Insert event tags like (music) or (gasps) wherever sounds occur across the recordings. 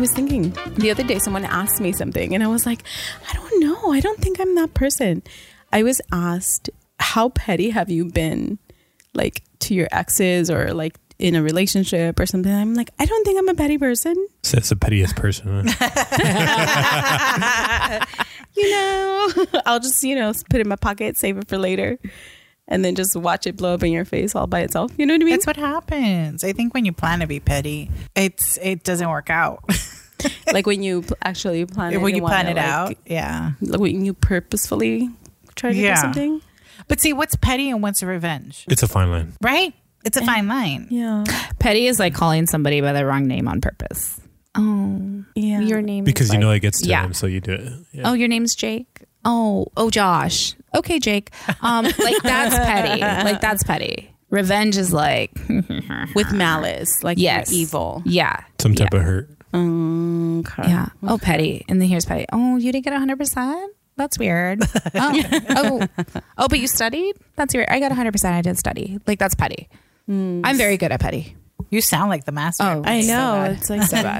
was thinking the other day, someone asked me something, and I was like, I don't know. I don't think I'm that person. I was asked, How petty have you been, like to your exes or like in a relationship or something? I'm like, I don't think I'm a petty person. So That's the pettiest (laughs) person. huh? You know, (laughs) I'll just, you know, put it in my pocket, save it for later, and then just watch it blow up in your face all by itself. You know what I mean? That's what happens. I think when you plan to be petty, it's it doesn't work (laughs) out. like when you pl- actually plan it. when and you plan wanna, it like, out, yeah. like when you purposefully try to do Yeah. something. But see, what's petty and what's revenge, It's a fine line. right? It's a fine line. Yeah. Petty is like calling somebody by the wrong name on purpose. Oh, Yeah. your name Because is you like- know it gets to yeah. him, so you do it. Yeah. Oh, your name's Jake. Oh, oh, Josh. Okay, Jake. (laughs) Um, like that's petty. Like that's petty. Revenge is like With malice, like yes, you're evil. Yeah, Some type of hurt. Okay. yeah. Oh, petty. And then here's petty. Oh, you didn't get hundred percent. (laughs) That's weird. Oh, oh, oh, but you studied. That's weird. I got hundred percent. I didn't study. Like that's petty. I'm very good at petty. You sound like the master. Oh. Hmm. I So know. bad. it's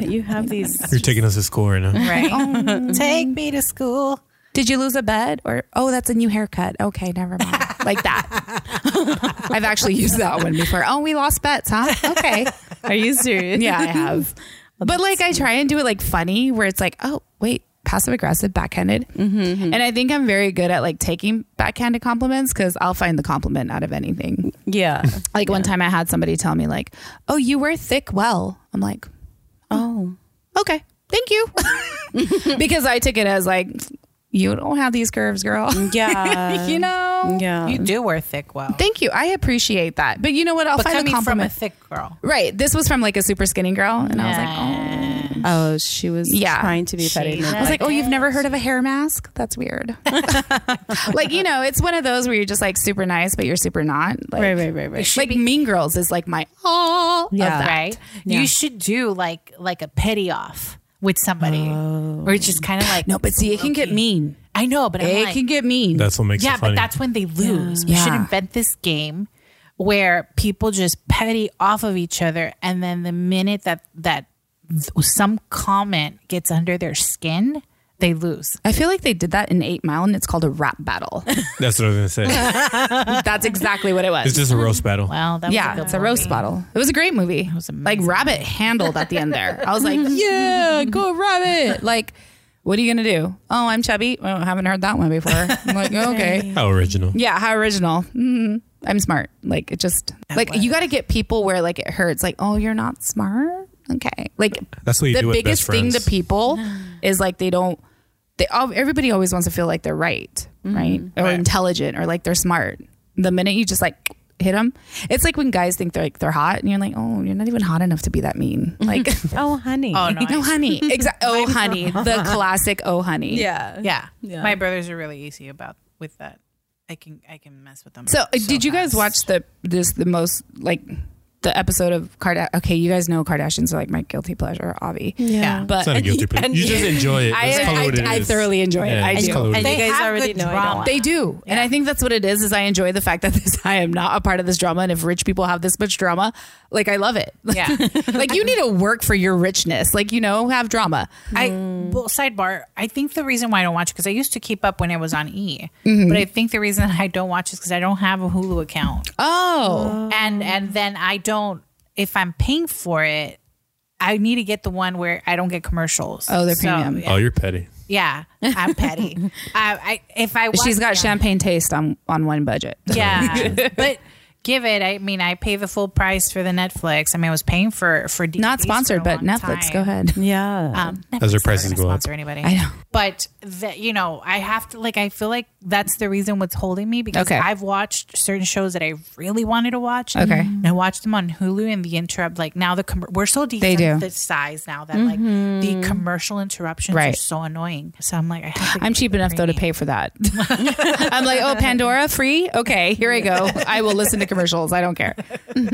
(laughs) like you have these. (laughs) You're taking us to school right (laughs) now. right? oh, Take me to school. Did you lose a bet? Or oh, that's a new haircut. Okay, never (laughs) mind. Like that. (laughs) I've actually used that one before. Oh, we lost bets, huh? Okay. Are you serious? Yeah, I (laughs) have. but like, I try and do it like funny, where it's like, oh, wait, passive aggressive, backhanded. And I think I'm very good at like taking backhanded compliments because I'll find the compliment out of anything. Yeah. Like one time I had somebody tell me like, oh, you were thick. Well, I'm like, Oh. okay, thank you, because I took it as like, you don't have these curves, girl. (laughs) Yeah. (laughs) you know. Yeah. You do wear thick well. Thank you. I appreciate that. But you know what? I'll but find a coming from a compliment. thick girl. right. This was from like a super skinny girl. And I was like, oh. oh, she was Yeah. trying to be petty. I was like, oh, you've never heard of a hair mask? That's weird. like, you know, it's one of those where you're just like super nice, but you're super not. Like, right, right, right, right. Like Mean Girls is like my all Yeah. of that. Right? You should do like like a petty off with somebody. Or it's just kind of like Oh. No, but see, it can get mean. I know, but I'm It like, can get mean. That's what makes yeah, it funny. but that's when they lose. You should Yeah. invent this game where people just petty off of each other, and then the minute that that th- some comment gets under their skin, they lose. I feel like they did that in Eight Mile, and it's called a rap battle. That's what I was going to say. That's exactly what it was. It's just a roast battle. Well, that was a yeah, good it's a one. roast bottle. It was a great movie. like Rabbit handled at the end there. I (laughs) was like, yeah, go Rabbit. Like, what are you gonna do? Oh, I'm chubby. Oh, I haven't heard that one before. (laughs) I'm like, okay, How original. yeah, how original. Mm, I'm smart. Like it just like you got to get people where like it hurts. Like, oh, you're not smart. Okay, like That's what you the do with best biggest thing to friends. (gasps) people is like they don't. They all, everybody always wants to feel like they're right, Mm-hmm. right, or intelligent, or like they're smart. The minute you just like hit them, it's like when guys think they're like they're hot, and you're like, oh, you're not even hot enough to be that (laughs) mean. Like, oh, honey. (laughs) Oh no, oh I- (laughs) honey, Exa- oh honey, the classic oh honey. yeah. yeah. Yeah. My brothers are really easy about with that. I can I can mess with them. So, uh, did you guys fast. watch the this the most like the episode of Kardashian? Okay, you guys know Kardashians are like my guilty pleasure, Avi. Yeah. But It's (laughs) not a guilty pleasure. You just enjoy it. I, That's I, kinda what it I is. thoroughly enjoy it. Yeah, I it's kinda do. what it And is. you guys have already good know drama. I don't. They do, and I think that's what it is. Is I enjoy the fact that this (laughs) I am not a part of this drama, and if rich people have this much drama, like I love it. Yeah. (laughs) like you need to work for your richness. Like you know, have drama. I Mm. well, sidebar. I think the reason why I don't watch because I used to keep up when it was on E, Mm-hmm. but I think the reason (laughs) I don't watch is because I don't have a Hulu account, Oh, and and then I don't. If I'm paying for it, I need to get the one where I don't get commercials. Oh, they're So, premium. yeah, Oh, you're petty. Yeah, (laughs) I'm petty. I, I if I watch, she's got yeah. champagne taste on on one budget. (laughs) Yeah, but give it. I mean, I pay the full price for the Netflix. I mean, I was paying for for DVDs Not sponsored, for a but long Netflix. time. Go ahead. Yeah. Um, As their Netflix prices isn't go gonna up. sponsor anybody. I know. But the, you know, I have to like. I feel like that's the reason what's holding me because Okay. I've watched certain shows that I really wanted to watch. Okay. and I watched them on Hulu and the interrupt. Like now the com- we're so deep They in do. Mm-hmm. the size now that like the commercial interruptions are Right. so annoying. So I'm like, I have to I'm cheap enough though to pay for that. I'm like, oh, Pandora free? Okay, here I go. I will listen to commercials. I don't care. (laughs)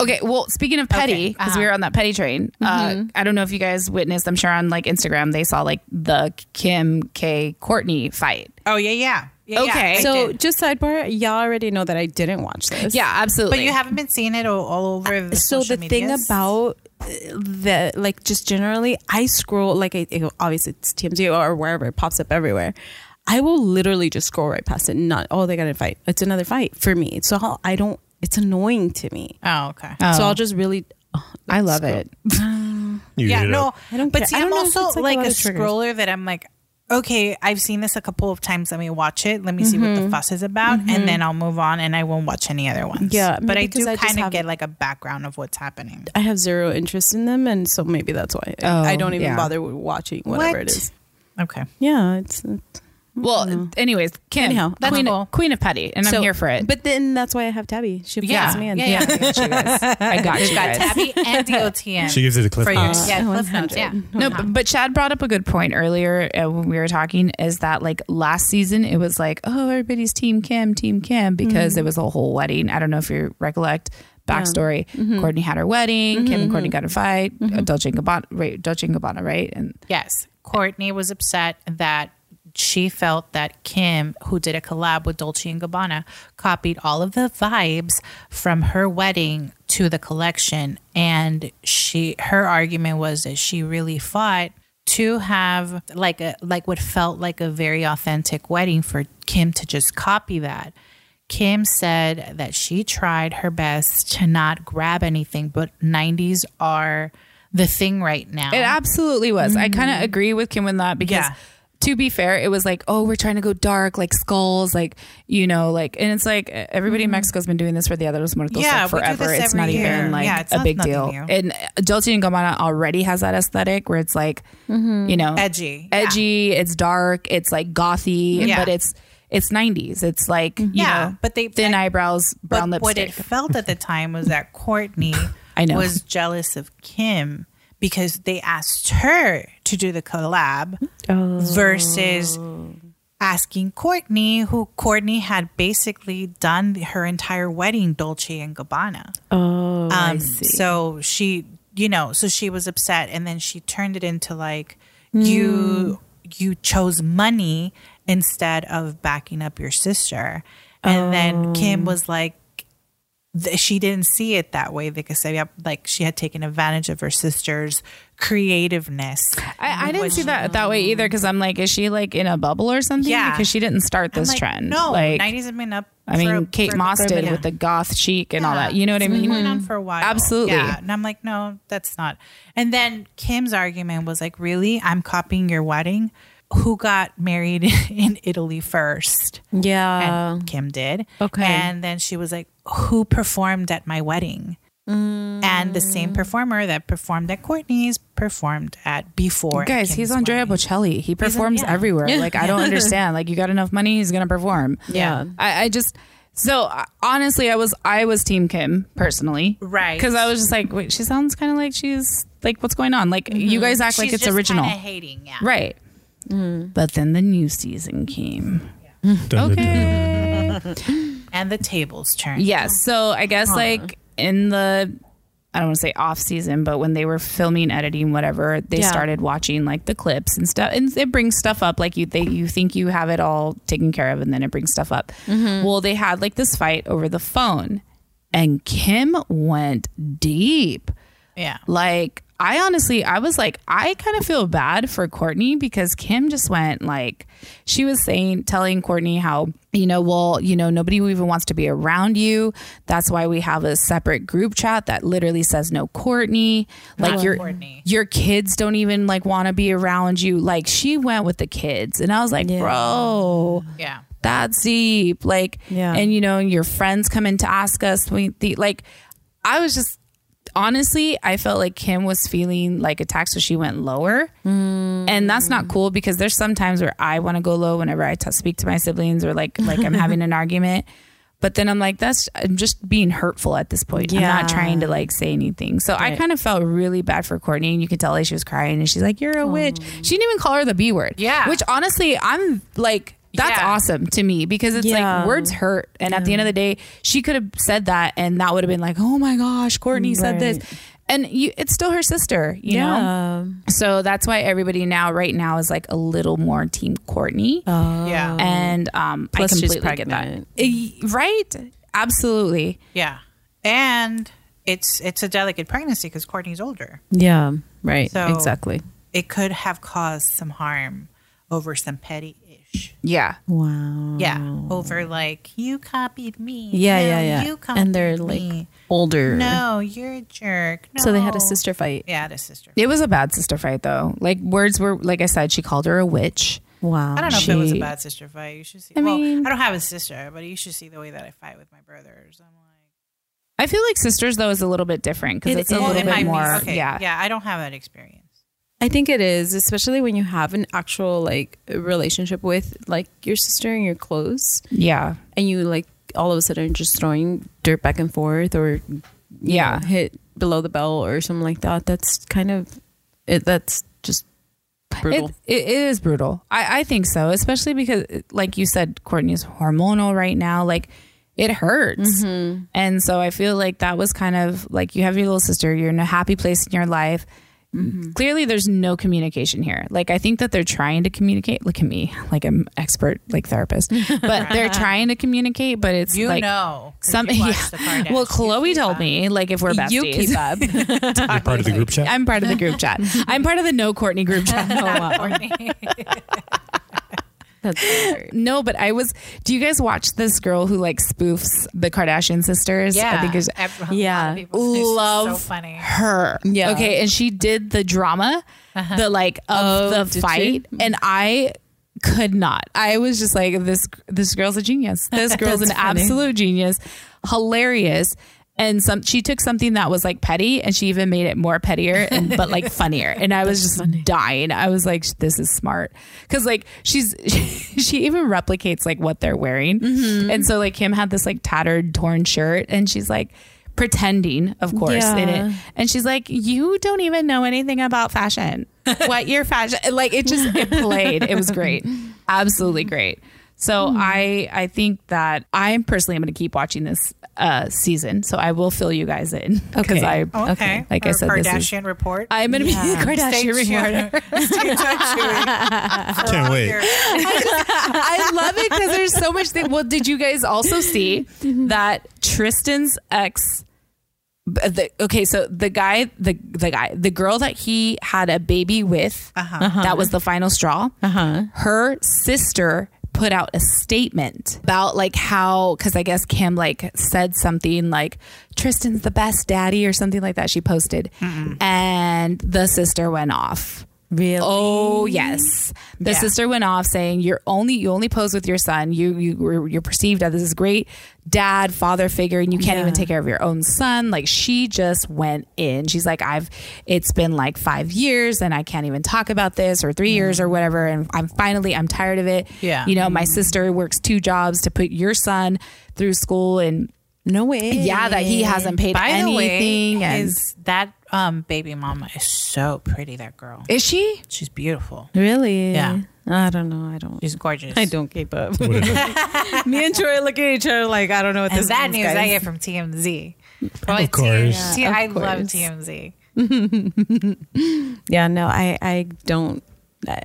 okay, well, speaking of petty, Okay, because we were on that petty train, uh, I don't know if you guys witnessed. I'm sure on like Instagram they saw like the Kim K Courtney fight. Oh yeah, yeah. yeah yeah, Okay. I so did. just sidebar, y'all already know that I didn't watch this. Yeah, absolutely. but you haven't been seeing it all, all over the So social the thing medias? about the like just generally I scroll like I it- obviously it's TMZ or wherever it pops up everywhere. I will literally just scroll right past it. and Not oh they got a fight. It's another fight for me. So I'll, I don't. It's annoying to me. Oh, okay. So I'll just really. I love it. You yeah, hit it no, up. I don't But care. see, I don't I'm know if also it's, like, a like, lot a, of triggers. scroller that I'm like, okay, I've seen this a couple of times. Let me watch it. Let me see what the Mm-hmm. fuss is about, and then I'll move on, and I won't watch any other ones. Yeah, but maybe I 'cause do I just kind of have- get like a background of what's happening. I have zero interest in them, and so maybe that's why I, Oh, I don't even yeah. bother with watching whatever it What? is. Okay, Yeah, it's, it's Well, anyways, Kim, Anyhow, that's queen, cool. queen of petty, and So- I'm here for it. But then that's why I have Tabby. She yeah, me in. yeah, yeah. I got you guys. I (laughs) got got you guys. Tabby (laughs) and DOTN. She gives it a cliff for your, notes. yeah, Uh, Cliff Notes, yeah. No, but, but Chad brought up a good point earlier uh, when we were talking is that like last season it was like, oh, everybody's Team Kim, Team Kim, because it was a whole wedding. I don't know if you recollect backstory. Courtney had her wedding, Kim and Courtney got in a fight, uh, Dolce and Gabbana, right? Dolce and Gabbana, right? And Yes. Courtney was upset that she felt that Kim, who did a collab with Dolce and Gabbana, copied all of the vibes from her wedding to the collection. And she her argument was that she really fought to have like a like what felt like a very authentic wedding for Kim to just copy that. Kim said that she tried her best to not grab anything, but 90s are the thing right now. It absolutely was. I kind of agree with Kim on that because. Oh. Mm-hmm. Yeah. To be fair, it was like, oh, we're trying to go dark, like skulls, like you know, like, and it's like e, everybody in Mexico's been doing this for the other Los Mm-hmm. Muertos Yeah, like, we do forever. this it's not every year. even like Yeah, it's a not big nothing deal. new. And uh, Dolce and Gabbana already has that aesthetic where it's like, you know, Mm-hmm. Edgy. Yeah. edgy. It's dark. It's like gothy, Yeah. but it's it's nineties. It's like you Yeah, know, but they- thin that- eyebrows, brown but what lipstick. it felt at the time was that Courtney (laughs) I know. was jealous of Kim because they asked her to do the collab Oh. versus asking Courtney, who Courtney had basically done her entire wedding Dolce and Gabbana. Oh, Um, so she, you know, so she was upset, and then she turned it into like Hmm. you, you chose money instead of backing up your sister, and then Kim Oh. was like. th- She didn't see it that way because yeah, like she had taken advantage of her sister's creativeness. I, I didn't was- see that that way either because I'm like, is she like in a bubble or something? Yeah. because she didn't start I'm this like, trend. No, like nineties have been up. I mean, Kate Moss did with with the goth chic and all Yeah. that. You know what I It's been mean? Going on for a while, Absolutely. Yeah, and I'm like, no, that's not. And then Kim's argument was like, really, I'm copying your wedding. Who got married (laughs) in Italy first? yeah. And uh, Kim did. Okay. And then she was like, who performed at my wedding? And the Mm. same performer that performed at Courtney's performed at before. at Guys, he's Kim's Andrea wedding. Bocelli. He performs everywhere. Like (laughs) I don't understand. Like you got enough money, he's gonna perform. Yeah. I, I just so uh, honestly, I was I was Team Kim personally, Right. Because I was just like, wait, she sounds kind of like she's like, what's going on? Like you guys act like Mm-hmm. She's it's just original, kinda Mm. hating, yeah. right? But then the new season came. Dun, dun, dun. And the tables turned. Yes. So I guess like in the I don't want to say off season, but when they were filming, editing, whatever, they Yeah. started watching like the clips and stuff, and it brings stuff up. Like you, they you think you have it all taken care of, and then it brings stuff up. Well, they had like this fight over the phone, and Kim went deep. Yeah. Like I honestly, I was like, I kind of feel bad for Courtney because Kim just went like, she was saying, telling Courtney how you know, well, you know, nobody even wants to be around you. That's why we have a separate group chat that literally says no Courtney. Like your Courtney. your kids don't even like want to be around you. Like she went with the kids, and I was like, bro, Yeah. that's deep. Like, Yeah. and you know, your friends come in to ask us. We the, like, I was just honestly, I felt like Kim was feeling like attacked, so she went lower, Hmm. and that's not cool because there's some times where I want to go low whenever I t- speak to my siblings or like like I'm (laughs) having an argument. But then I'm like, that's I'm just being hurtful at this point. I'm Yeah. not trying to like say anything. So I kind of felt really bad for Courtney, and you could tell like she was crying, and she's like, "You're a witch." Oh. She didn't even call her the B word. Yeah. which honestly, I'm like, that's Yeah. awesome to me because it's Yeah. like words hurt. And at the end of the day, she could have said that and that would have been like, oh my gosh, Courtney said this. And you, it's still her sister, you know? yeah. So that's why everybody now, right now, is like a little more team Courtney. Uh, Yeah. and um, Oh. Plus I she's E, completely get that. pregnant. Eh, Right? Absolutely. Yeah. And it's it's a delicate pregnancy because Courtney's older. Yeah. Right. So- exactly. It could have caused some harm over some petty ish. Yeah. Wow. Yeah, over like you copied me. Oh. Yeah. No, Yeah. Yeah. You copied and they're like me. older. no, you're a jerk. No. So they had a sister fight. Yeah, had a sister. It was a bad sister fight though. Like words were like I said, she called her a witch. Wow. I don't know if it was a She- bad sister fight. You should see. well, I don't have a sister, but you should see the way that I fight with my brothers. I'm like, I feel like sisters though is a little bit different because It it's is. a Well, little it bit might be. more. okay, Yeah. yeah. I don't have that experience. I think it is, especially when you have an actual like relationship with like your sister and you're close, Yeah. and you like all of a sudden just throwing dirt back and forth or you Yeah. know, hit below the belt or something like that. That's kind of it, that's just brutal. It, it is brutal. I, I think so, especially because, like you said, Courtney's hormonal right now. Like, it hurts. Mm-hmm. And so I feel like that was kind of like you have your little sister, you're in a happy place in your life. Mm-hmm. Clearly, there's no communication here. Like, I think that they're trying to communicate. Look at me, like I'm expert, like therapist, but (laughs) they're trying to communicate, but it's You like know, 'cause some. you Yeah. watch the Kardashians. Well, You Chloe keep told up. me like if we're besties, you (laughs) keep up. You're part of the group chat. I'm part of the group chat. I'm part of the no (laughs) Courtney group chat. uh-uh. Courtney. (laughs) That's weird. No, but I was. Do you guys watch this girl who like spoofs the Kardashian sisters? yeah, I think it's Every- a lot of Yeah. people say she's love So funny. her. Yeah. Uh-huh. Okay, and she did the drama, the like of Oh, did she? the fight, and I could not. I was just like this. This girl's a genius. This girl's (laughs) an That's funny. absolute genius. Hilarious. And some she took something that was like petty, and she even made it more pettier, and, (laughs) but like funnier. And I was just dying. I was like, "This is smart," because like she's (laughs) she even replicates like what they're wearing. Mm-hmm. And so like Kim had this like tattered, torn shirt, and she's like pretending, of course, in Yeah. it. And she's like, "You don't even know anything about fashion. What your fashion? Like it just it played. It was great, absolutely great." So I I think that I personally am going to keep watching this uh, season. So I will fill you guys in because Okay. I Oh, Okay, like I Her said, Kardashian this is, report. I'm going to be the (laughs) Kardashian reporter. Stay tuned. Can't wait. I love it because there's so much. Thing. Well, did you guys also see that Tristan's ex? b- The, okay, so the guy, the the guy, the girl that he had a baby with, that was the final straw. Uh-huh. Her sister put out a statement about like how because I guess Kim like said something like Tristan's the best daddy or something like that. She posted, and the sister went off. Really? Oh yes, the sister went off saying you're only you only pose with your son. You you were- you're perceived as this great dad father figure, and you can't even take care of your own son. Like she just went in. She's like, I've it's been like five years, and I can't even talk about this or three years or whatever. And I'm finally I'm tired of it. Mm. Yeah. Mm. you know my sister works two jobs to put your son through school, and No way. yeah, that he hasn't paid By the anything. way, and is that um, baby mama is so pretty? That girl, is she? she's beautiful. Really? Yeah. I don't know. I don't. She's gorgeous. I don't keep up. What is it? Me and Troy look at each other like I don't know what And this that means, news guys. I get from TMZ. Probably Of course. TMZ. Yeah, of I love course. TMZ. Yeah, no, I I don't. Uh,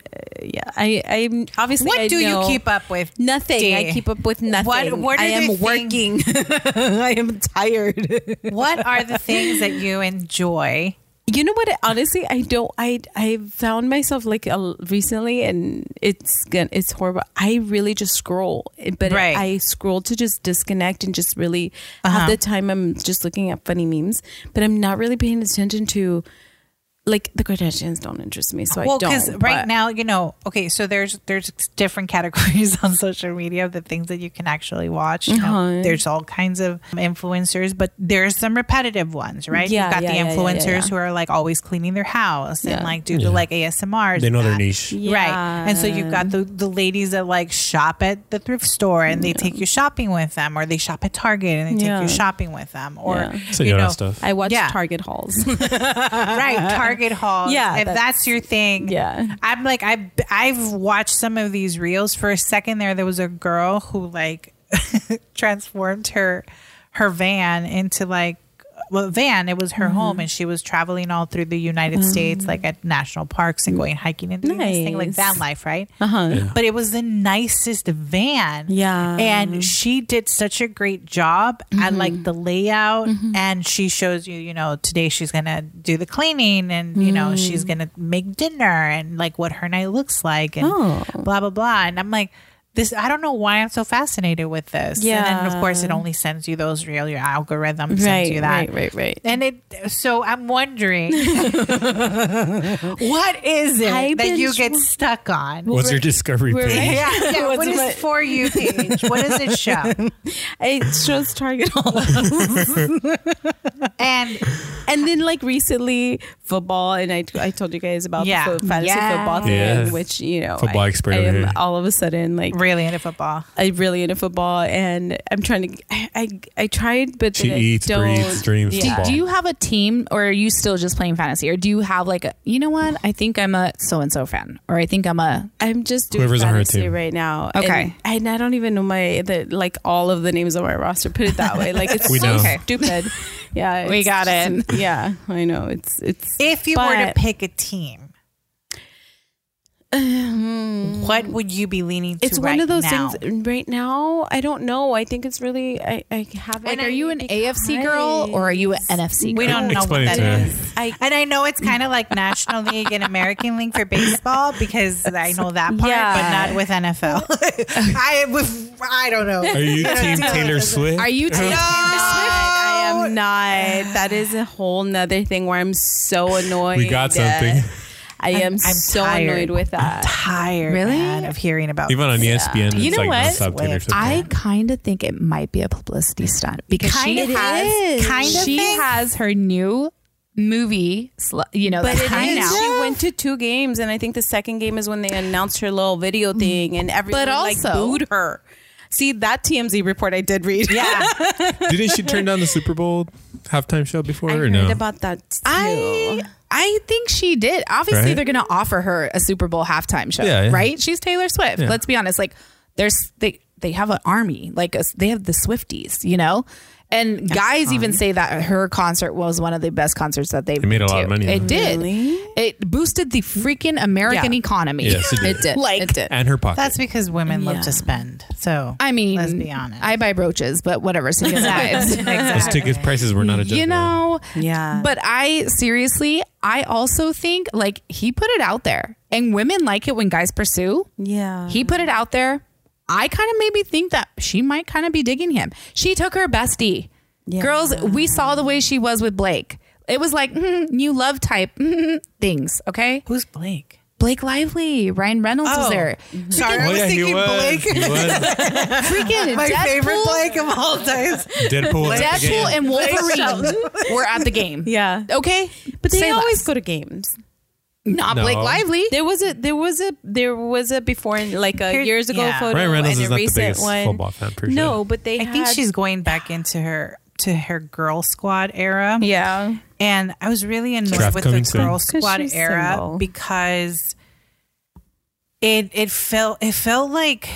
yeah, I I obviously. What I do know you keep up with? Nothing. I Dee? keep up with nothing. What- what do I they am think- working. (laughs) I am tired. What (laughs) are the things that you enjoy? You know what? Honestly, I don't. I I found myself like a, recently, and it's gon- it's horrible. I really just scroll, eh, but Right. Uh-huh. I scroll to just disconnect and just really half the time I'm just looking at funny memes, but I'm not really paying attention to like the Kardashians don't interest me, so I well, don't. because right but- now, you know, okay, so there's there's different (laughs) categories on social media of the things that you can actually watch. You know, Uh-huh. There's all kinds of influencers, but there's some repetitive ones, right? Yeah, You've got yeah, yeah, the yeah, influencers yeah. who are like always cleaning their house Yeah. and like do the like ASMRs. They know and (laughs) their that. niche. Right. And so you've got the, the ladies that like shop at the thrift store and they take you shopping with them, or they shop at Target and they Yeah. take you shopping with them, or Yeah. So you you know know, that stuff. I watch Yeah. Target (laughs) hauls. (laughs) right Target hauls. Yeah, if that's, that's- your thing. yeah. I'm like I I've watched some of these reels for a second. There, there was a girl (laughs) who like transformed her her van into like well, van. It was her Mm-hmm. home, and she was traveling all through the United States, like at national parks and going hiking and doing this thing like Nice. van life, right? Uh-huh. But it was the nicest van. Yeah. and she did such a great job at Mm-hmm. like the layout, and she shows you, you know, today she's gonna do the cleaning, and you know, she's Mm. gonna make dinner, and like what her night looks like, and Oh. blah blah blah. And I'm like. This I don't know why I'm so fascinated with this. And then of course Yeah. it only sends you those real your algorithm sends Right, you that. right, right, right. And it so I'm (laughs) wondering what is it I that you binge get wa- stuck on? What's (laughs) your discovery we're- (laughs) page? yeah, (laughs) yeah. What's what is what- for you page? What does it show? It shows Target (laughs) all. And and then like recently football, and I, I told you guys about Yeah. the fo- fantasy Yes. football thing, Yes. which you know Football I, expert I over am here. all of a sudden like really into football. I'm really into football, and I'm trying to. I I, I tried, but She then I eats, don't. breathes, dreams. Yeah. football. Do you have a team or are you still just playing fantasy? Or do you have like a, you know what? I think I'm a so and so fan. Or I think I'm a, I'm just doing Whoever's on her fantasy team. right now. Okay. and, and I don't even know my the, like all of the names on my roster. Put it that way, like it's (laughs) We so know. Okay. stupid. Yeah, We it's got just- Yeah, I know. It's it's If you were to But- pick a team, hmm. what would you be leaning to? it's one of right those now? things right now. I don't know. I think it's really I I have like, are you an AFC girl or are you an NFC girl? We don't know Explain it what that to her. is. I And I know it's kind of like National League and American League for baseball because I know that part, Yeah. but not with NFL. I was, I don't know. Are (laughs) you team Taylor Swift? Are (laughs) you team? I am not. That is a whole nother thing where I'm (sighs) so annoyed. We got something. I am I'm so tired. annoyed with that. tired Really? man, of hearing about Even on E ESPN, You it's know like what? nonstop Taylor Swift. I kind of think it might be a publicity stunt because Kinda she has is. Kinda she thing. has her new movie, sl- you know, But that's it kind is. out. She went to two games, and I think the second game is when they announced her little video thing, and everyone like also- booed her. See that TMZ report (laughs) I did read. yeah. Didn't she turn down the Super Bowl halftime show before I or heard no? about that. Too. I I think she did. Obviously, Right? they're going to offer her a Super Bowl halftime show, Yeah, yeah. right? She's Taylor Swift. Yeah. Let's be honest. Like, there's they they have an army. Like, a, they have the Swifties, you know. And guys even say that her concert was one of the best concerts that they've It made a been lot to. of money, It though. did. Really? It boosted the freaking American Yeah. economy. Yes, it did. it did. Like- it did. and her pocket. That's because women love Yeah. to spend. So I mean, let's be honest. I buy brooches, but whatever. So you get (laughs) vibes. Those exactly. ticket prices were not adjusted. you know Yeah. but i seriously i also think like he put it out there and women like it when guys pursue yeah. he put it out there i kind of maybe think that she might kind of be digging him she took her bestie girls we saw the way she was with blake it was like mm, new love type mm, things okay Who's Blake? blake lively ryan reynolds Oh. was there Sorry, I Oh was yeah, he thinking was. Blake. He was. (laughs) freaking My Deadpool, favorite Blake of all time. Deadpool. was at the Deadpool game. (laughs) and wolverine were at the game yeah. okay But they Say always less. go to games. not blake No. lively There was a there was a there was a before like a Here- years ago yeah. photo Ryan Reynolds and is a not the recent biggest one. football fan, for sure. No, but they I think had- she's going back into her to her girl squad era. yeah. And I was really annoyed Draft with the coming soon. girl 'Cause squad she's era single. because it it felt it felt like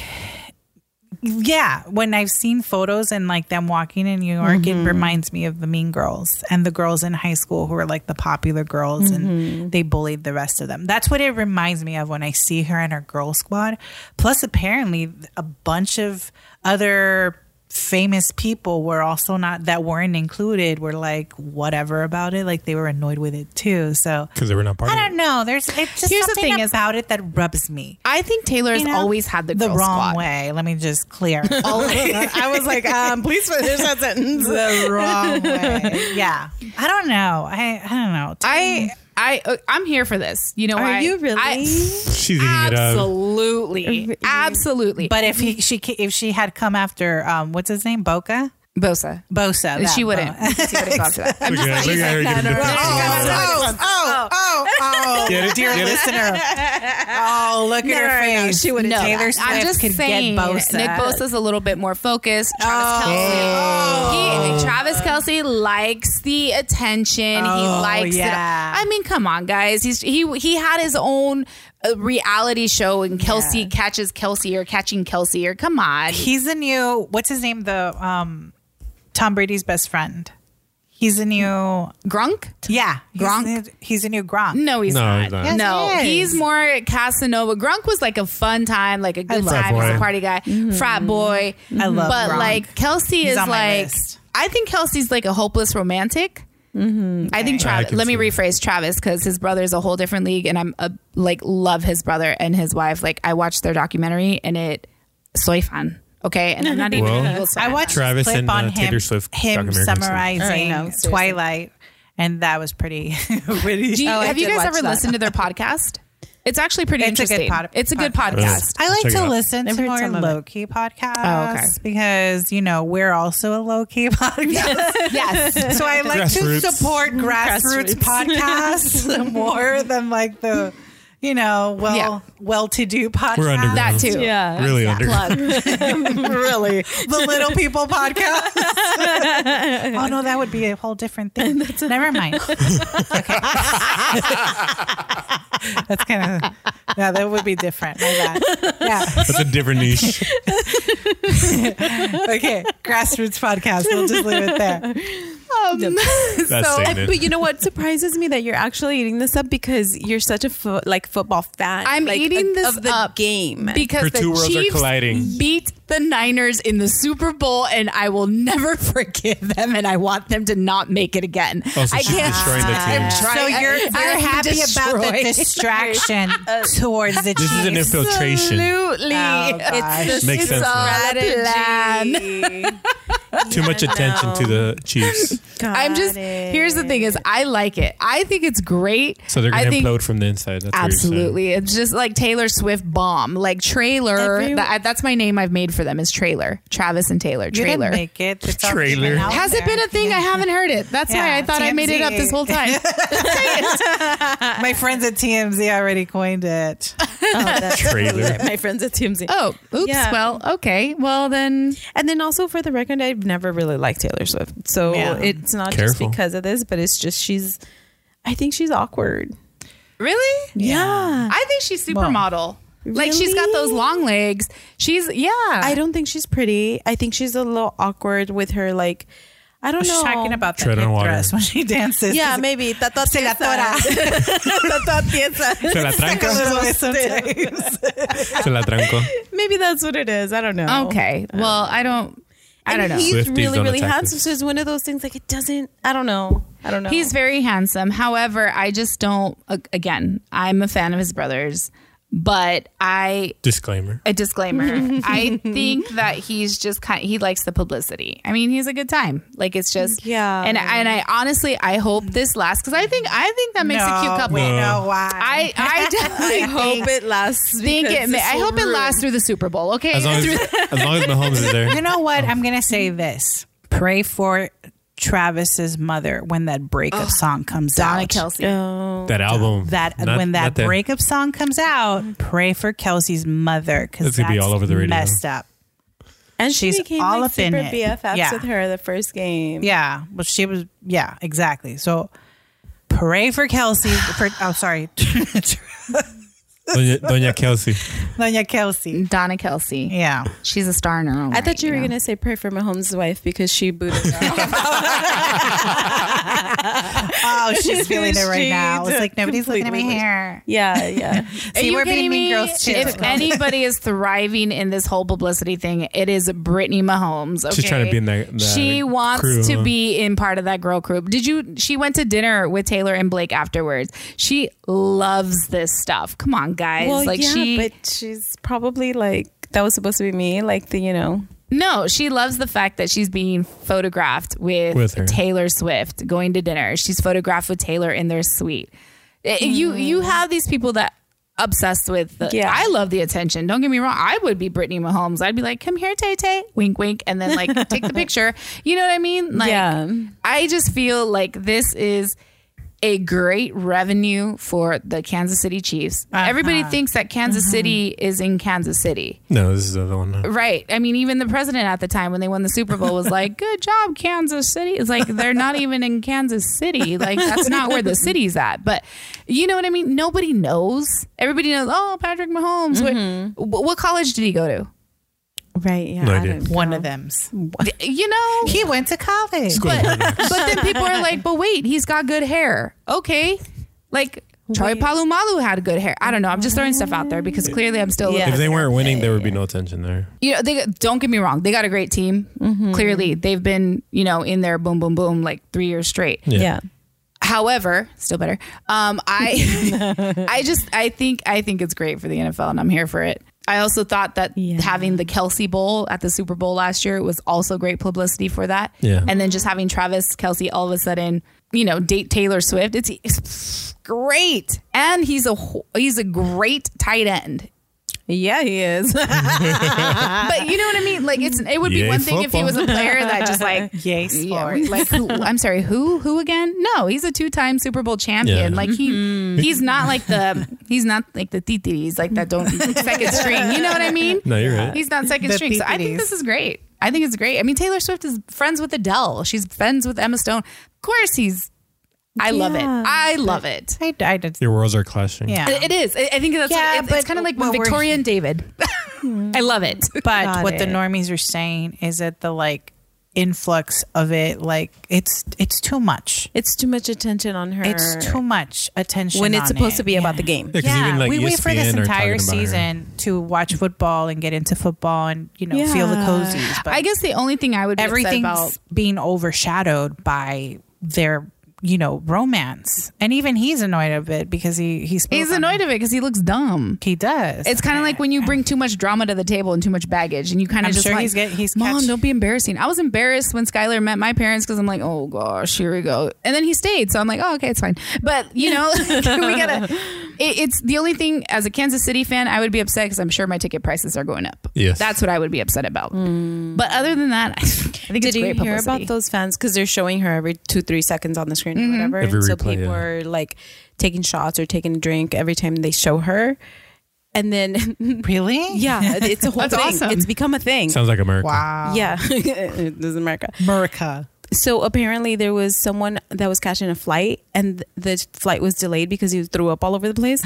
yeah, when I've seen photos and like them walking in New York, Mm-hmm. it reminds me of the mean girls and the girls in high school who were like the popular girls Mm-hmm. and they bullied the rest of them. That's what it reminds me of when I see her and her girl squad. Plus, apparently, a bunch of other famous people were also not that weren't included were like whatever about it like they were annoyed with it too so because they were not part i of don't it. know there's it's just Here's the something thing- about it that rubs me I think Taylor's you know, always had the, girl wrong squad. way. Let me just (laughs) clear. (laughs) I was like, um, please finish that sentence. The (laughs) wrong way. Yeah. I don't know. I I don't know. I I uh, I'm here for this. You know Are why? you really? I, She's eating it up. absolutely, absolutely. but if he she ca- if she had come after um what's his name Boca Bosa, Bosa that she Bo- wouldn't. She wouldn't go after that. I'm Look at just her- look like, at her getting Oh, defensive. oh, oh, oh, oh, Get it? dear Get it? listener. (laughs) Oh, look at her face. she would no, Taylor Swift I'm just could saying. get Bosa. Nick Bosa's a little bit more focused. Travis Oh. Kelsey, he, Travis Kelsey likes the attention. Oh, he likes yeah. it. I mean, come on, guys. He's he he had his own uh, reality show, and Kelsey catches Kelsey or catching Kelsey or come on. He's the new what's his name the um Tom Brady's best friend. He's a new Grunk? yeah. he's Gronk? new- He's a new Gronk. No, he's No, not. he's not. Yes, no, he is. he's more Casanova. Grunk was like a fun time, like a good love Mm-hmm. time. He's Grunk. a party guy, frat boy. I love But Gronk. like Kelsey He's is on my like, list. I think Kelsey's like a hopeless romantic. Mm-hmm. I think I Travis. can let me see that. rephrase Travis because his brother is a whole different league, and I'm a, like love his brother and his wife. Like I watched their documentary, and it soy fun. Okay, and I'm (laughs) not even. Well, an Eagles fan. I watched Travis this clip and, on uh, him, Taylor Swift him documentary. summarizing I know, seriously. Twilight, and that was pretty. (laughs) pretty Do you, Oh, I have you did guys watch ever that. (laughs) listened to their podcast? It's actually pretty It's a good interesting. pod- it's a good podcast. (laughs) podcast. I Check like it to out. listen I've to heard more some of it. low key podcasts Oh, okay. because you know we're also a low key (laughs) podcast. Yes. (laughs) so I like Grassroots. to support grassroots, podcasts (laughs) more than like the you know well Yeah. well to do podcasts. We're underground. That too. Yeah. Really underground. (laughs) really the little people (laughs) podcast. oh no, that would be a whole different thing. (laughs) Never mind. okay. That's kind of yeah. That would be different. My bad. Yeah. That's a different niche. Okay. Grassroots podcast. We'll just leave it (laughs) there. That's so, statement. but you know what surprises me that you're actually eating this up because you're such a fo- like football fan. I'm like, eating of- this of the up. game. because Her the two worlds are Chiefs colliding. beat the Niners in the Super Bowl, and I will never (laughs) forgive them, and I want them to not make it again. Oh, so I she's destroying the team. I'm trying- so I- you're, you're I'm happy about the (laughs) destroyed. (laughs) distraction Uh, towards the This is an Chiefs. infiltration. Absolutely, Oh, gosh. it's Makes it's sense now. all a plan. plan. (laughs) Too much attention to the Chiefs. I'm just here's the thing: is I like it. I think it's great. So they're I going to think- implode from the inside. That's what you're saying. Absolutely, it's just like Taylor Swift bomb, like trailer. Every- That- that's my name I've made for them is trailer. Travis and Taylor, You didn't trailer. make it. It's all Trailer. out Has it there. been a thing? I haven't heard it. That's Yeah, why I thought I made it up TMZ. this whole time. (laughs) (laughs) My friends at TMZ already coined it. (laughs) Trailer. Oh, My friends at TMZ. Oh, oops. Yeah. Well, okay. Well, then And then also for the record, I've never really liked Taylor Swift. So Yeah. it's not Careful. just because of this, but it's just she's I think she's awkward. really, Yeah. I think she's supermodel. Like she's got those Really? long legs. She's yeah. I don't think she's pretty. I think she's a little awkward with her like I don't She's know. talking about that Tread on hip water. thrust when she dances. Yeah, maybe. Tata Se la tora. (laughs) Se la (laughs) tranco. Se la tranco. Maybe that's what it is. I don't know. Okay. Well, I don't. I And don't know. He's Swifties really, don't really attack handsome. us. So it's one of those things like it doesn't I don't know. I don't know. He's very handsome. However, I just don't. a- Again, I'm a fan of his brothers, but I Disclaimer. a (laughs) disclaimer. I think that he's just kind. He likes the publicity. I mean, he's a good time. Like it's just Yeah. And and I honestly, I hope this lasts because I think I think that makes a cute couple. We No. (laughs) know why. I (laughs) I definitely hope it lasts. think it. May, I hope it lasts through the Super Bowl. Okay, As long as, as long as Mahomes is you there. know what? I'm gonna say this. Pray for Travis's mother when that breakup song comes Oh, Donna out. Kelsey. Oh. That album. That Not- when that not the- breakup song comes Mm-hmm. out, pray for Kelsey's mother because That's gonna be all over the radio. Messed up. And she She's became all like up in super it. BFFs Yeah. with her the first game. Yeah, but she was. Yeah, exactly. So pray for Kelsey. For, (sighs) oh, sorry, (laughs) Doña, Doña Kelsey. Doña Kelsey. Donna Kelsey. Yeah. She's a star in her own. I thought you were gonna say pray for Mahomes' wife because she booted. (laughs) her. Oh, she's feeling (laughs) it right She now. It's like nobody's looking at my completely- hair. yeah, yeah. Are See, you we're kidding being mean me? girls too. If anybody is thriving in this whole publicity thing, it is Brittany Mahomes. Okay? She's trying to be in that- that she wants crew, to huh? be in part of that girl crew. Did you? She went to dinner with Taylor and Blake afterwards. She loves this stuff. Come on, guys. well, like yeah, she. but she's probably like that was supposed to be me, like the you know. No, she loves the fact that she's being photographed with, With her. Taylor Swift going to dinner. She's photographed with Taylor in their suite. Eh, You you have these people that obsessed with the, Mm. Yeah. I love the attention. Don't get me wrong. I would be Brittany Mahomes. I'd be like, come here, Tay Tay, wink wink, and then like take (laughs) the picture. You know what I mean? Like Yeah. I just feel like this is a great revenue for the Kansas City Chiefs. Everybody Uh-huh. thinks that Kansas Mm-hmm. City is in Kansas City. No, this is the other one. Right. I mean, even the president at the time when they won the Super Bowl was (laughs) like, good job, Kansas City. It's like, they're not even in Kansas City. Like, that's not (laughs) where the city's at. But you know what I mean? Nobody Mm-hmm. knows. Everybody knows, oh, Patrick Mahomes. What, wh- what college did he go to? Right. Yeah. No I idea. didn't One go. of them's. (laughs) You know, He went to college. School of Hard Knocks. but then people are like, but wait, he's got good hair. Okay. Like Troy Wait. Palomalu had good hair. I don't know. I'm just throwing stuff out there because clearly I'm still. a Yeah. little If If bit- they weren't winning, there would be no attention there. you know, they don't get me wrong. They got a great team. Mm-hmm. Clearly, they've been you know in there boom, boom, boom like three years straight. Yeah. Yeah. However, still better. Um, I, (laughs) I just, I think, I think it's great for the NFL, and I'm here for it. I also thought that Yeah. having the Kelsey Bowl at the Super Bowl last year was also great publicity for that. Yeah. And then just having Travis Kelsey all of a sudden, you know, date Taylor Swift. It's, it's great, and he's a wh- he's a great tight end. Yeah, he is. (laughs) But you know what I mean? Like it's it would be Yay, one thing if he football. was a player that (laughs) just like (laughs) Yay, Yeah, sports. like who, I'm sorry, who who again? No, he's a two-time Super Bowl champion. Yeah. Like he Mm-hmm. he's not like the he's not like the titities like that (laughs) don't second string. You know what I mean? No, you're right. He's not second The string. So I think titities. this is great. I think it's great. I mean, Taylor Swift is friends with Adele. She's friends with Emma Stone. Of course, he's. I love it. Yeah. I love it. I, I did. Your worlds are clashing. Yeah. It is. I I think that's Yeah, what, it's, it's but kind of like when what we're- Hmm. Victoria and David. (laughs) I love it. But Got what the it. normies are saying is that the like influx of it, like it's it's too much. it's too much attention on her. It's too much attention when it's on supposed it. to be Yeah. about the game. Yeah, 'cause Yeah, even, like, E we wait for this ESPN are entire talking about her. season to watch football and get into football and you know feel the Yeah. cozies. But I guess the only thing I would be upset everything's about being overshadowed by their you know romance, and even he's annoyed of it because he he spoke he's on- annoyed of it because he looks dumb. He does. It's kind of like when you bring too much drama to the table and too much baggage, and you kind I'm of just sure like, he's get- he's "Mom, catch- don't be embarrassing." I was embarrassed when Skylar met my parents because I'm like, "Oh gosh, here we go," and then he stayed, so I'm like, "Oh, okay, it's fine." But you know, (laughs) we gotta. (laughs) It, it's the only thing as a Kansas City fan, I would be upset because I'm sure my ticket prices are going up. Yes. that's what I would be upset about. Hmm. But other than that, (laughs) I think it's Did you great hear publicity. about those fans? Because they're showing her every two, three seconds on the screen or whatever. Every and so replay, people yeah. are like taking shots or taking a drink every time they show her. And then, (laughs) really yeah, it's a whole That's thing. awesome. It's become a thing. Sounds like America. Wow. yeah, (laughs) this is America. America. So apparently there was someone that was catching a flight, and th- the flight was delayed because he threw up all over the (gasps) place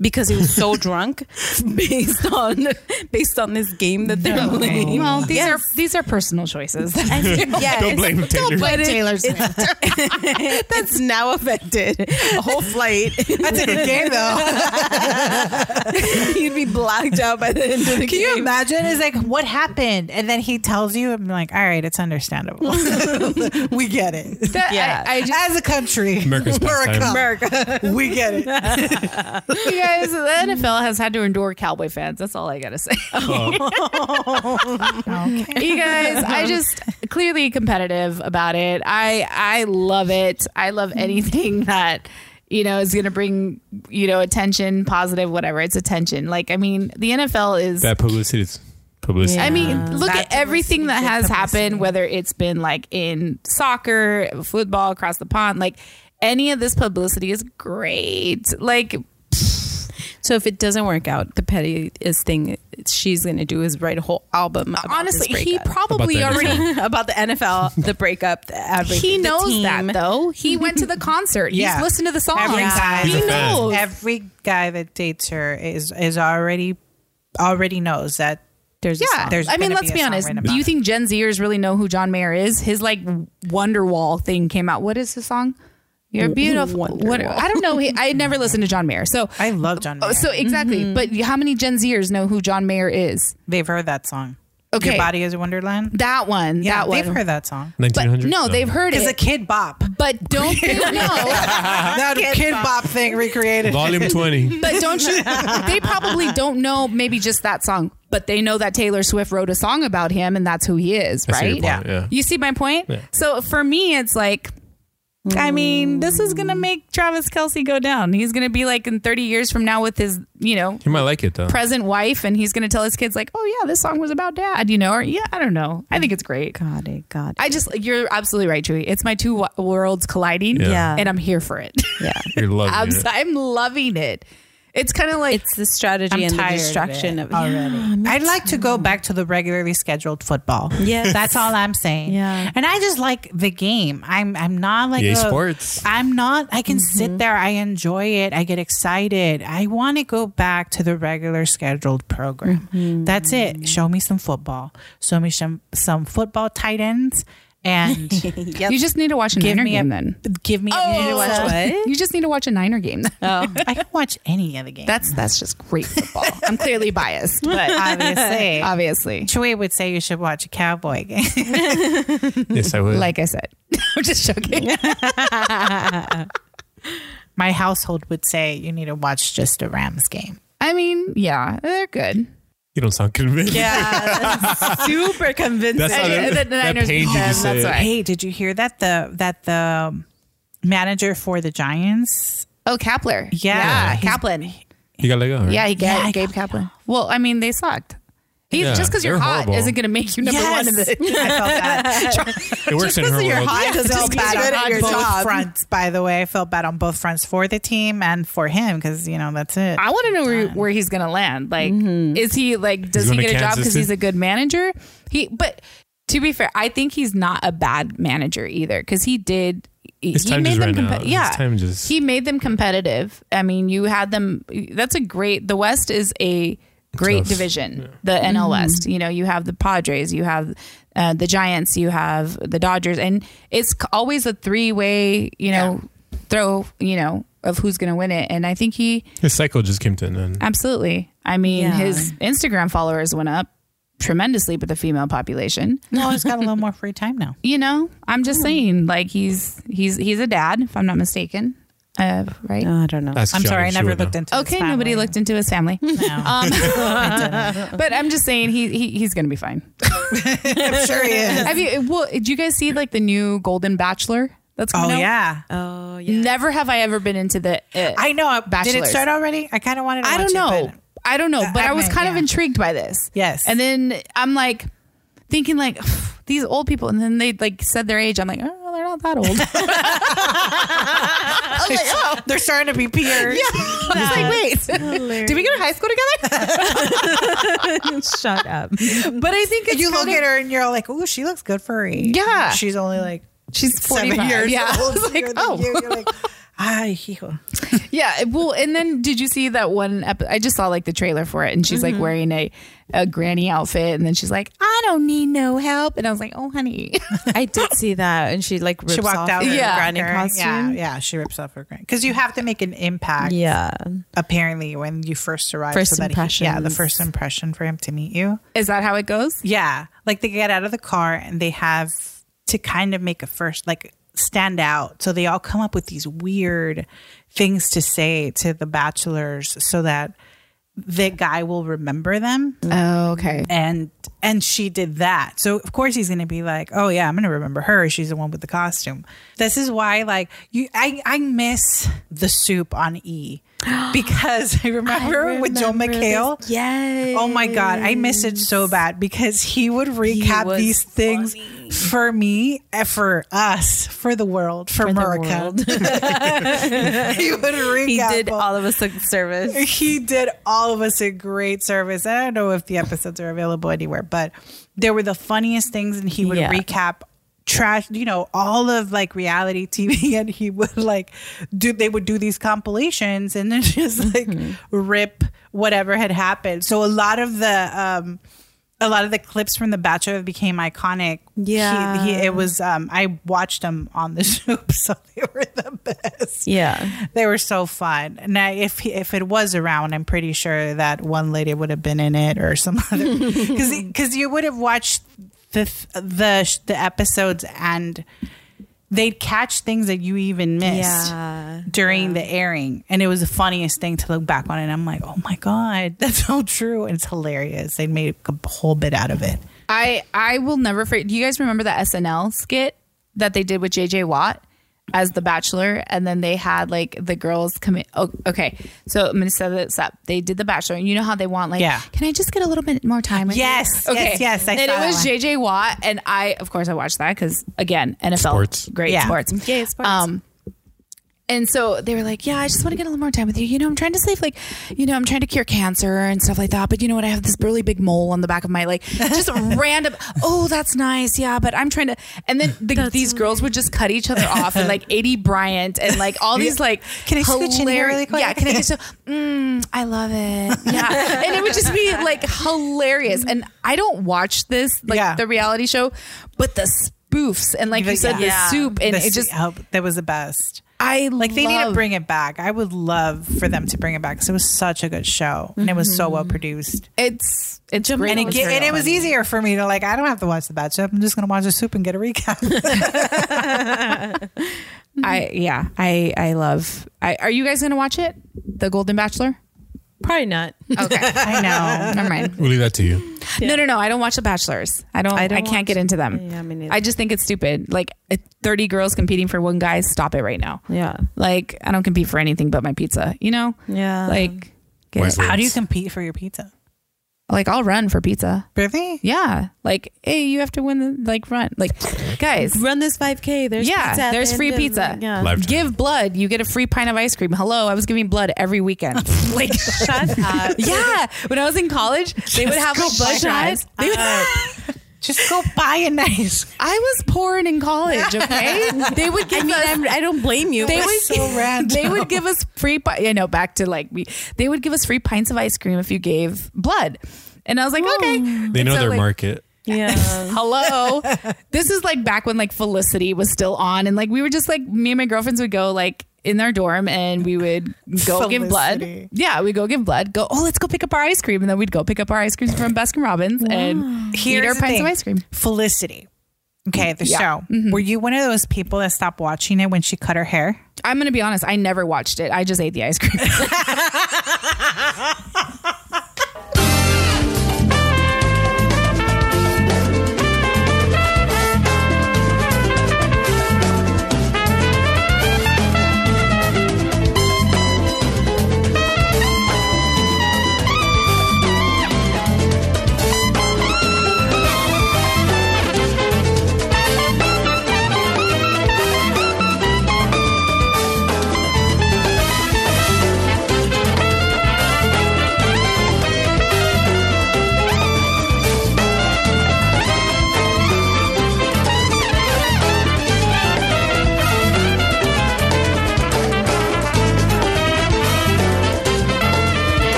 because he was so (laughs) drunk based on based on this game that they're playing. (laughs) (laughs) Well, these are these are personal choices. (laughs) I think- yeah, Don't it's- blame Taylor. blame But it- Taylor Swift. (laughs) that's now (laughs) affected a whole flight. I took a (laughs) game though. You'd be blacked out by the end of the Can game. you imagine? It's like, what happened? And then he tells you, I'm like, all right, it's understandable. (laughs) we get it. That- I- Yeah. I just- As a country, America's pastime. America, (laughs) we get it. You guys, the NFL has had to endure cowboy fans. That's all I gotta say. (laughs) You guys, I just clearly competitive about it. I I love it. I love anything (laughs) that you know is gonna bring you know attention, positive, whatever. It's attention. Like I mean, the NFL is. That publicity. is- Publicity. I mean, look Bad at everything that publicity, has good happened, whether it's been like in soccer, football, across the pond, like any of this publicity is great. Like So if it doesn't work out, the pettiest thing she's gonna do is write a whole album. About honestly, this he breakup. probably About the already about the NFL, the breakup, the everything. He the knows that team. though. He went to the concert. Yeah. He's listened to the song. Every time. He He's a fan. knows. Every guy that dates her is is already already knows that there's yeah. A, there's. I mean, gonna let's a be song honest. written Do about you it. think Gen Zers really know who John Mayer is? His like Wonderwall thing came out. What is the song? You're beautiful. What, Wonderwall. I don't know. He- I (laughs) never listened to John Mayer. So I love John Mayer. Oh, so exactly. But how many Gen Zers know who John Mayer is? they've heard that song? Okay. Your body is a wonderland. That one. Yeah, that one. they've heard that song. But 1900. no, they've heard It's (laughs) it. a kid bop. but don't you know? that kid, bop. (laughs) thing recreated. Volume 20. But don't you? (laughs) They probably don't know maybe just that song, but they know that Taylor Swift wrote a song about him, and that's who he is, I see your right? point, Yeah. yeah. You see my point? Yeah. So for me, it's like. I mean, this is gonna make Travis Kelsey go down. He's gonna be like in 30 years from now with his, you know, You might like it though. present wife, and he's gonna tell his kids like, "Oh yeah, this song was about dad," you know, or yeah, I don't know. I think it's great. Got it. Got it. I just, you're absolutely right, Chewy. It's my two wo- worlds colliding, Yeah. Yeah. and I'm here for it. (laughs) Yeah. You're loving I'm, it. so- I'm loving it. It's kind of like It's the strategy and the distraction of, already. Yeah, me I'd like to go back to the regularly scheduled football. Yes. that's all I'm saying. Yeah. and I just like the game. I'm I'm not like EA a- Sports. I'm not. I can sit there. I enjoy it. I get excited. I want to go back to the regular scheduled program. That's it. Show me some football. Show me some some football tight ends (laughs) and you just need to watch a give Niner me game a then. give me. You need to watch what? You just need to watch a (laughs) Niner game. then. I don't watch any of the game. That's that's just great football. I'm clearly (laughs) biased, but obviously. obviously, Chewy would say you should watch a cowboy game. (laughs) Yes, I would. like I said, (laughs) I'm just joking. My household would say you need to watch just a Rams game. I mean, yeah, they're good. you don't sound convinced. Yeah, (laughs) that's super convincing. That's how I- that, the that, Niners pain beat you just them, that's said. why. Right. Hey, did you hear that the that the um, manager for the Giants? Oh, Kapler. Yeah. yeah He's- Kaplan. You got let go. Right? Yeah, he got Yeah, I Gabe Kaplan. Well, I mean, they sucked. He, Yeah, just because you're they're hot horrible. isn't going to make you number one in (laughs) I the. felt (laughs) bad. it works in her world. hot I doesn't felt mean bad you're good on at your both job. fronts. By the way, I felt bad on both fronts for the team and for him because you know that's it. I want to know where, where he's going to land. Like, is he like? Does he going to get a job Kansas because he's City? a good manager? He, but to be fair, I think he's not a bad manager either because he did. His he time made just them ran compe- out. His yeah. time just- he made them competitive. I mean, you had them. That's a great. The West is a great Tough. division. The NL West. You know, you have the Padres, you have uh, the Giants, you have the Dodgers, and it's c- always a three way. You know, throw. You know, of who's going to win it, and I think he. His cycle just came to an end. Absolutely. I mean, Yeah. his Instagram followers went up tremendously with the female population. no, he's got (laughs) a little more free time now. You know, I'm just saying, like he's he's he's a dad, if I'm not mistaken, uh, right? I don't know. Ask I'm John sorry, I if she never would know. looked into. okay, nobody looked into his family, (laughs) Um, (laughs) No. but I'm just saying he, he he's gonna be fine. (laughs) I'm sure he is. Have you? Well, did you guys see like the new Golden Bachelor? That's Oh coming out? yeah, Oh yeah. Never have I ever been into the. Uh, I know. Did it Bachelors. start already? I kind of wanted. to I don't watch it, know. but- I don't know, but I I, was meant, kind of Uh, yeah. intrigued by this. Yes. And then I'm like thinking like these old people, and then they like said their age. I'm like, oh, well, they're not (laughs) that old. (laughs) I oh. They're starting to be (laughs) peers. was like, wait, did we go to high school (laughs) together? Shut up. but I think it's You look kind at of- her and you're like, ooh, she looks good for her age. Yeah. She's only like She's 45. seven years yeah, (laughs) I old. was like, younger than oh, (laughs) you. You're like, ay, hijo. yeah. Well, and then did you see that one? Ep- I just saw like the trailer for it, and she's Mm-hmm. like wearing a a granny outfit, and then she's like, I don't need no help, and I was like, oh, honey. I did see that, and she like rips She walked off out her in Yeah. a granny her- costume. Yeah, yeah, she rips off her granny. Because you have to make an impact, Yeah. apparently, when you first arrive. First that he- yeah, the impressions. first impression for him to meet you. (laughs) Is that how it goes? Yeah. Like they get out of the car and they have to kind of make a first, like stand out. So they all come up with these weird things to say to the bachelors so that the guy will remember them. Oh, okay. And and she did that. So of course he's gonna be like, Oh yeah, I'm gonna remember her. She's the one with the costume. This is why like you I, I miss the soup on (gasps) E because I remember, with Joe McHale. Yes. Oh my god, I miss it so bad because he would recap was these things for me, eh, for us, for the world, (laughs) for, America. he would recap. he did all- all of us a service. (laughs) he did all of us a great service. I don't know if the episodes are available anywhere, but there were the funniest things, and he would Yeah. recap trash, you know, all of like reality TV, (laughs) and he would like do they would do these compilations and then (laughs) just like Mm-hmm. rip whatever had happened. So a lot of the um a lot of the clips from The Bachelor became iconic. He- Yeah. he, it was. Um, I watched them on the (laughs) show, so they were the best. Yeah. They were so fun. Now, if he, if it was around, I'm pretty sure that one lady would have been in it or some (laughs) other, because because you would have watched the th- the sh- the episodes and they'd catch things that you even missed Yeah. during the airing, and it was the funniest thing to look back on. And I'm like, oh my god, (laughs) that's so true, and it's hilarious. They made a whole bit out of it. I I will never forget. Do you guys remember the SNL skit that they did with JJ Watt as the Bachelor, and then they had like the girls come in? Oh, okay, so I'm gonna set this up. They did the Bachelor, and you know how they want like, Yeah. Can I just get a little bit more time? With you?" Yes, yes, yes, I and saw it that was one. JJ Watt, and I of course I watched that because again NFL Sports. great Yeah. sports. Yeah, sports. Um, And so they were like, "Yeah, I just want to get a little more time with you. You know, I'm trying to save like, you know, I'm trying to cure cancer and stuff like that. But you know what? I have this really big mole on the back of my like, (laughs) just a random. Oh, that's nice. Yeah, but I'm trying to. And then the, these girls would just cut each other off and like Adie Bryant and like all these like, Can I scooch in here really quick? Yeah, can I (laughs) get so? Mm, I love it. Yeah, and it would just be like hilarious. And I don't watch this like Yeah. the reality show, but the spoofs and like you said, Yeah. the soup and The it just. soup, that was the best. I Like they need to love- bring it back. I would love for them to bring it back because it was such a good show and it was so well Mm-hmm. produced. It's it's great. And it, ge- and it was easier for me to like. I don't have to watch the matchup. I'm just gonna watch the soup and get a (laughs) recap. Mm-hmm. I yeah. I I love. I, are you guys gonna watch it? The Golden Bachelor. Probably not. (laughs) Okay, I know. never mind. We'll leave that to you. No, no, no. I don't watch the Bachelors. I don't. I, don't can't get into them. Yeah, me neither. I just think it's stupid. Like uh, thirty girls competing for one guy. Stop it right now. Yeah. Like I don't compete for anything but my pizza. You know. Yeah. Like get- Wise How do you words. compete for your pizza? like I'll run for pizza. Really? Yeah. Like hey, you have to win. The, like run. Like guys. run this 5K. There's Yeah, pizza at there's the end free of- pizza. Yeah. Live chat. Give blood, you get a free pint of ice cream. Hello, I was giving blood every (laughs) weekend. like (laughs) Shut up. Yeah, when I was in college, they would have like blood shut drives. They would- Uh, (laughs) Just go buy a nice. I was pouring in college, (laughs) okay? They would give us. I'm- I don't blame you. they but- would, so random. they would give us free, pi- you know, back to like we. They would give us free pints of ice cream if you gave blood, and I was Oh. like, okay. They And know so, their like, market. (laughs) yeah. Hello, this is like back when like Felicity was still on, and like we were just like me and my girlfriends would go like in their dorm, and we would go give blood. Felicity. Yeah, we go give blood. Go, oh, let's go pick up our ice cream, and then we'd go pick up our ice cream from Baskin Robbins and eat our Here's the pints thing. of ice cream. Felicity. Okay, the Yeah. Mm-hmm. show. Were you one of those people that stopped watching it when she cut her hair? I'm gonna be honest. I never watched it. I just ate the ice cream.